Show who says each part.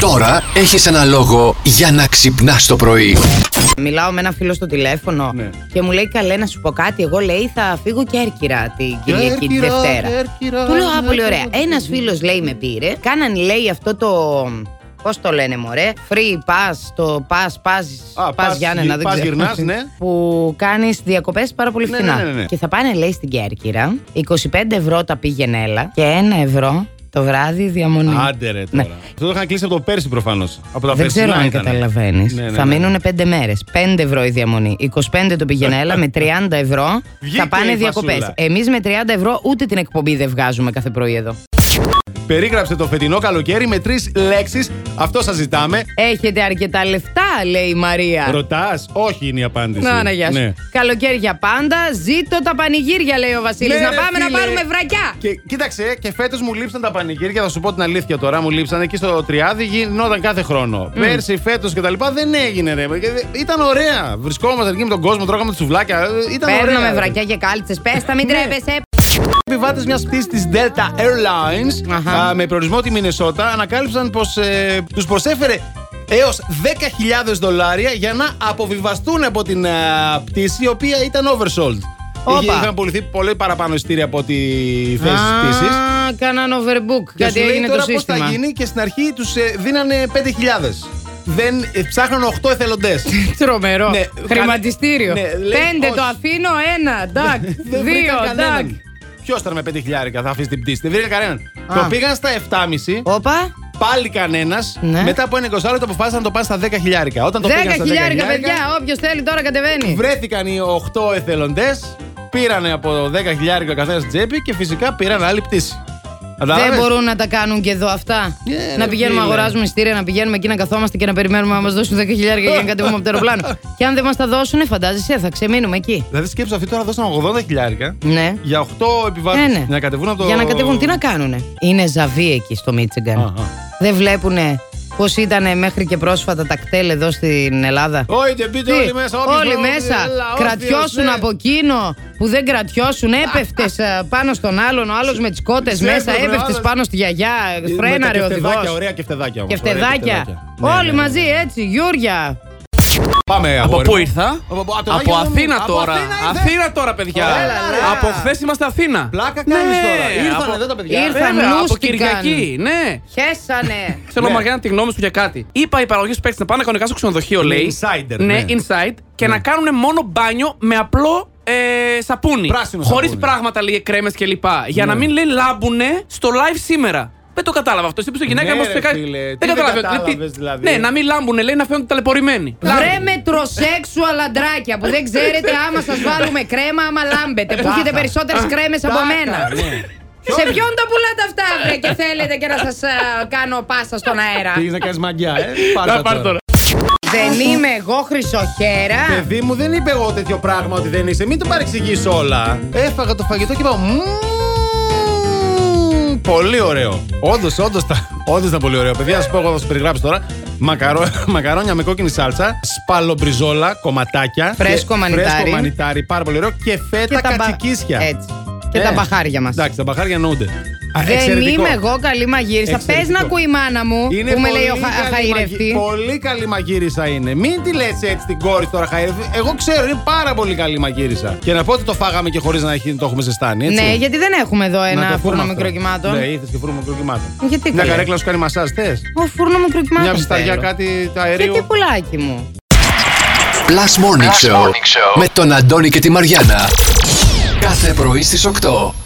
Speaker 1: Τώρα έχεις ένα λόγο για να ξυπνάς το πρωί.
Speaker 2: Μιλάω με ένα φίλο στο τηλέφωνο
Speaker 3: Ναι.
Speaker 2: και μου λέει: Καλέ να σου πω κάτι. Εγώ λέει: Θα φύγω και έρκυρα την Κυριακή τη
Speaker 3: Έρκυρα,
Speaker 2: Δευτέρα.
Speaker 3: Έρκυρα,
Speaker 2: Του λέω: Α,
Speaker 3: Έρκυρα,
Speaker 2: πολύ ωραία.
Speaker 3: Έρκυρα.
Speaker 2: Ένας φίλος λέει: Με πήρε. Κάναν λέει αυτό το. Πώς το λένε, μωρέ. Free pass, το pass, pass,
Speaker 3: Α,
Speaker 2: pass
Speaker 3: pass
Speaker 2: Γιάννενα,
Speaker 3: γυ-
Speaker 2: δεν
Speaker 3: pass
Speaker 2: ξέρω.
Speaker 3: γυρνάς, ναι.
Speaker 2: Που κάνεις διακοπές πάρα πολύ
Speaker 3: Ναι,
Speaker 2: φθηνά.
Speaker 3: ναι, ναι, ναι.
Speaker 2: Και θα πάνε, λέει, στην Κέρκυρα. 25 ευρώ τα πήγαινε έλα και 1 ευρώ το βράδυ διαμονή.
Speaker 3: Άντε ρε τώρα.
Speaker 2: Ναι.
Speaker 3: Αυτό το είχαν κλείσει από το πέρσι προφανώς. Από τα
Speaker 2: Δεν
Speaker 3: περσινά
Speaker 2: ξέρω αν
Speaker 3: ήταν.
Speaker 2: καταλαβαίνεις.
Speaker 3: Ναι, ναι,
Speaker 2: θα
Speaker 3: ναι.
Speaker 2: μείνουν 5 μέρε. 5 ευρώ η διαμονή. 25 το πηγενέλα με 30 ευρώ
Speaker 3: Βγήκε
Speaker 2: θα πάνε
Speaker 3: η
Speaker 2: διακοπές.
Speaker 3: φασούλα.
Speaker 2: Εμείς με 30 ευρώ ούτε την εκπομπή δεν βγάζουμε κάθε πρωί εδώ.
Speaker 3: Περίγραψε το φετινό καλοκαίρι με τρεις λέξεις. Αυτό σας ζητάμε.
Speaker 2: Έχετε αρκετά λεφτά, λέει η Μαρία.
Speaker 3: Ρωτάς, όχι είναι η απάντηση.
Speaker 2: Να, να, γεια σου.
Speaker 3: Ναι.
Speaker 2: Καλοκαίρι για πάντα. Ζήτω τα πανηγύρια, λέει ο Βασίλης.
Speaker 3: Ναι,
Speaker 2: να
Speaker 3: ρε,
Speaker 2: πάμε να
Speaker 3: φίλε.
Speaker 2: πάρουμε βρακιά.
Speaker 3: Και κοίταξε, και φέτος μου λείψαν τα πανηγύρια, θα σου πω την αλήθεια τώρα. Μου λείψαν εκεί στο Τριάδι, γινόταν κάθε χρόνο. Πέρσι, φέτος και τα λοιπά δεν έγινε ρε. Και δε- Ήταν ωραία. Βρισκόμασταν εκεί με τον κόσμο, τρώγαμε τι σουβλάκια. ε, Ήταν ωραία. Ναι.
Speaker 2: Παίρνουμε
Speaker 3: ρε.
Speaker 2: βρακιά και κάλτσες. Πες τα, μην τρέπεσαι.
Speaker 3: Επιβάτες μιας πτήσης της Delta Airlines
Speaker 2: Αχα.
Speaker 3: α, με προορισμό τη Μινεσότα ανακάλυψαν πως ε, τους προσέφερε έως 10.000 δολάρια για να αποβιβαστούν από την α, πτήση η οποία ήταν oversold.
Speaker 2: Όπα.
Speaker 3: Είχε- Είχαν πουληθεί πολύ παραπάνω εισιτήρια από τη θέση της πτήση.
Speaker 2: Α, κάναν overbook.
Speaker 3: Και
Speaker 2: Κάτι
Speaker 3: σου λέει
Speaker 2: έγινε το
Speaker 3: τώρα πώς θα
Speaker 2: σύστημα.
Speaker 3: γίνει και στην αρχή τους δίνανε 5.000. Δεν ε, ψάχναν 8 εθελοντές.
Speaker 2: Τρομερό.
Speaker 3: Ναι,
Speaker 2: Χρηματιστήριο.
Speaker 3: κάνε- ναι, λέει,
Speaker 2: Πέντε
Speaker 3: όχι.
Speaker 2: το αφήνω, ένα. Ντακ. δύο. Ντακ.
Speaker 3: Ποιος ήταν με 5.000 θα αφήσει την πτήση. Δεν βρήκαν κανέναν.
Speaker 2: Α.
Speaker 3: Το πήγαν στα 7,5.
Speaker 2: Όπα.
Speaker 3: Πάλι κανένας.
Speaker 2: Ναι.
Speaker 3: Μετά από ένα 20 λεπτό αποφάσισαν να το πάνε στα 10 χιλιάρικα. Όταν το
Speaker 2: 10
Speaker 3: πήγαν στα 10
Speaker 2: χιλιάρικα, παιδιά. Όποιος θέλει τώρα κατεβαίνει.
Speaker 3: βρέθηκαν οι 8 εθελοντέ, πήραν από 10 χιλιάρικα ο καθένας τσέπη και φυσικά πήραν άλλη πτήση.
Speaker 2: Δεν
Speaker 3: Κατάλαβες?
Speaker 2: μπορούν να τα κάνουν και εδώ αυτά.
Speaker 3: Ε, ρε,
Speaker 2: να πηγαίνουμε να
Speaker 3: φίλε.
Speaker 2: αγοράζουμε εισιτήρια, να πηγαίνουμε εκεί να καθόμαστε και να περιμένουμε να μας δώσουν 10 χιλιάρια για να κατεβούμε από το αεροπλάνο. και αν δεν μας τα δώσουν, φαντάζεσαι, θα ξεμείνουμε εκεί.
Speaker 3: Δηλαδή σκέψου αυτοί τώρα δώσαν 80 χιλιάρικα
Speaker 2: Ναι.
Speaker 3: για 8 επιβάτες.
Speaker 2: Ε, ναι.
Speaker 3: Για να κατεβούν από το.
Speaker 2: Για να κατεβούν, τι να κάνουνε. Είναι ζαβή εκεί στο Μίτσιγκαν.
Speaker 3: Α, α.
Speaker 2: Δεν βλέπουνε πώς ήταν μέχρι και πρόσφατα τα κτέλ εδώ στην Ελλάδα.
Speaker 3: Όχι,
Speaker 2: Τι,
Speaker 3: μπείτε όλοι μέσα. όποιος
Speaker 2: όλοι
Speaker 3: θέλει,
Speaker 2: μέσα.
Speaker 3: έλα, όποιος,
Speaker 2: κρατιώσουν
Speaker 3: ναι.
Speaker 2: από εκείνο που δεν κρατιώσουν. Έπεφτες πάνω στον άλλον, ο άλλος με τις κότες
Speaker 3: Ξέρω,
Speaker 2: μέσα.
Speaker 3: βρε,
Speaker 2: Έπεφτες
Speaker 3: άλλος.
Speaker 2: πάνω στη γιαγιά.
Speaker 3: Ε, με τα
Speaker 2: Φρέναρε ο οδηγό.
Speaker 3: κεφτεδάκια, Ωραία κεφτεδάκια όμως,
Speaker 2: Και
Speaker 3: ωραία
Speaker 2: φτεδάκια.
Speaker 3: κεφτεδάκια. Ναι, ναι,
Speaker 2: Όλοι
Speaker 3: ναι.
Speaker 2: μαζί έτσι, Γιούρια.
Speaker 3: Πάμε,
Speaker 4: Από
Speaker 3: αγόρι
Speaker 4: πού
Speaker 3: μου.
Speaker 4: ήρθα?
Speaker 3: Από- από- από το
Speaker 4: Από
Speaker 3: Άγιο Δομήνο.
Speaker 4: Αθήνα
Speaker 3: Από
Speaker 4: τώρα.
Speaker 3: Αθήνα ναι, ήρθε.
Speaker 4: Αθήνα τώρα, παιδιά.
Speaker 3: Έλα, ρε.
Speaker 4: Από χθες είμαστε Αθήνα. Ναι,
Speaker 3: Πλάκα κάνεις τώρα. Ναι. Ήρθανε
Speaker 4: από-
Speaker 3: εδώ τα παιδιά.
Speaker 2: Ήρθαν,
Speaker 4: Βέβαια, από
Speaker 2: νούστηκαν.
Speaker 4: Κυριακή, ναι.
Speaker 2: Χέσανε.
Speaker 4: Θέλω
Speaker 3: Ναι.
Speaker 4: Μαριάννα τη γνώμη σου για κάτι. Είπα οι παραγωγοί σου παίξτε να πάνε κανονικά στο ξενοδοχείο, λέει.
Speaker 3: insider,
Speaker 4: Ναι,
Speaker 3: ναι.
Speaker 4: inside. Και να κάνουν μόνο μπάνιο με απλό ε, σαπούνι.
Speaker 3: Πράσινο
Speaker 4: Χωρίς
Speaker 3: σαπούνι. Ναι.
Speaker 4: πράγματα, λέει, κρέμες κλπ. Για να μην λέει λάμπουνε στο live σήμερα. Δεν το κατάλαβα αυτό. Στην γυναίκα
Speaker 3: Ναι,
Speaker 4: μου
Speaker 3: ρε,
Speaker 4: είπε κάτι.
Speaker 3: φίλε, τι δεν
Speaker 4: Δεν κατάλαβα.
Speaker 3: κατάλαβες, δηλαδή.
Speaker 4: Ναι, να μην λάμπουνε, λέει, να φαίνονται ταλαιπωρημένοι.
Speaker 2: Βρε μετροσέξου αλαντράκια που δεν ξέρετε άμα σας βάλουμε κρέμα, άμα λάμπετε. Που έχετε περισσότερες κρέμες από μένα.
Speaker 3: ναι.
Speaker 2: Σε ποιον τα πουλάτε αυτά, βρε, και θέλετε και να σας κάνω πάσα στον αέρα.
Speaker 3: Πήγες να κάνεις μαγιά, ε. Πάρ'
Speaker 4: Να
Speaker 3: τα
Speaker 4: πάρ' τώρα.
Speaker 2: Δεν είμαι εγώ χρυσοχέρα.
Speaker 3: Παιδί μου, δεν είπε εγώ τέτοιο πράγμα ότι δεν είσαι. Μην το παρεξηγείς όλα. Έφαγα το φαγητό και είπα. «Μμμ, Πολύ ωραίο. Όντως, όντως όντως ήταν πολύ ωραίο. Παιδιά, σα πω, εγώ θα σα περιγράψω τώρα. Μακαρό, μακαρόνια με κόκκινη σάλτσα, σπαλομπριζόλα, κομματάκια.
Speaker 2: Φρέσκο
Speaker 3: και-
Speaker 2: μανιτάρι.
Speaker 3: Φρέσκο μανιτάρι, πάρα πολύ ωραίο. Και φέτα
Speaker 2: μπα-
Speaker 3: κατσικίσια.
Speaker 2: Έτσι. Και
Speaker 3: Ε,
Speaker 2: τα μπαχάρια μας.
Speaker 3: Εντάξει, τα μπαχάρια εννοούνται. Α,
Speaker 2: Δεν
Speaker 3: εξαιρετικό.
Speaker 2: είμαι εγώ καλή μαγείρισα. Πες να
Speaker 3: Εξαιρετικό.
Speaker 2: ακούει η μάνα μου που με λέει ο χα-
Speaker 3: καλή
Speaker 2: χαϊρευτή.
Speaker 3: μαγει- Πολύ καλή μαγείρισα είναι. Μην τη λες έτσι την κόρη τώρα χαϊρευτή. Εγώ ξέρω, είναι πάρα πολύ καλή μαγείρισα. Και να πω ότι το φάγαμε και χωρίς να έχει- το έχουμε ζεστάνει. Έτσι.
Speaker 2: Ναι, γιατί δεν έχουμε εδώ
Speaker 3: Να
Speaker 2: ένα
Speaker 3: το πούμε
Speaker 2: φούρνο
Speaker 3: αυτό.
Speaker 2: μικροκυμάτων.
Speaker 3: Ναι, ήρθε και φούρνο μικροκυμάτων.
Speaker 2: Γιατί
Speaker 3: Μια
Speaker 2: καλέ.
Speaker 3: καρέκλα σου κάνει μασάζ, θες.
Speaker 2: Ο φούρνο μικροκυμάτων.
Speaker 3: Μια ψηταριά
Speaker 2: θέλω.
Speaker 3: κάτι τα
Speaker 2: Και
Speaker 3: αερίου.
Speaker 2: τι πουλάκι μου.
Speaker 1: Plus Morning, Show, με τον Αντώνη και τη Μαριάνα. Κάθε πρωί στις 8.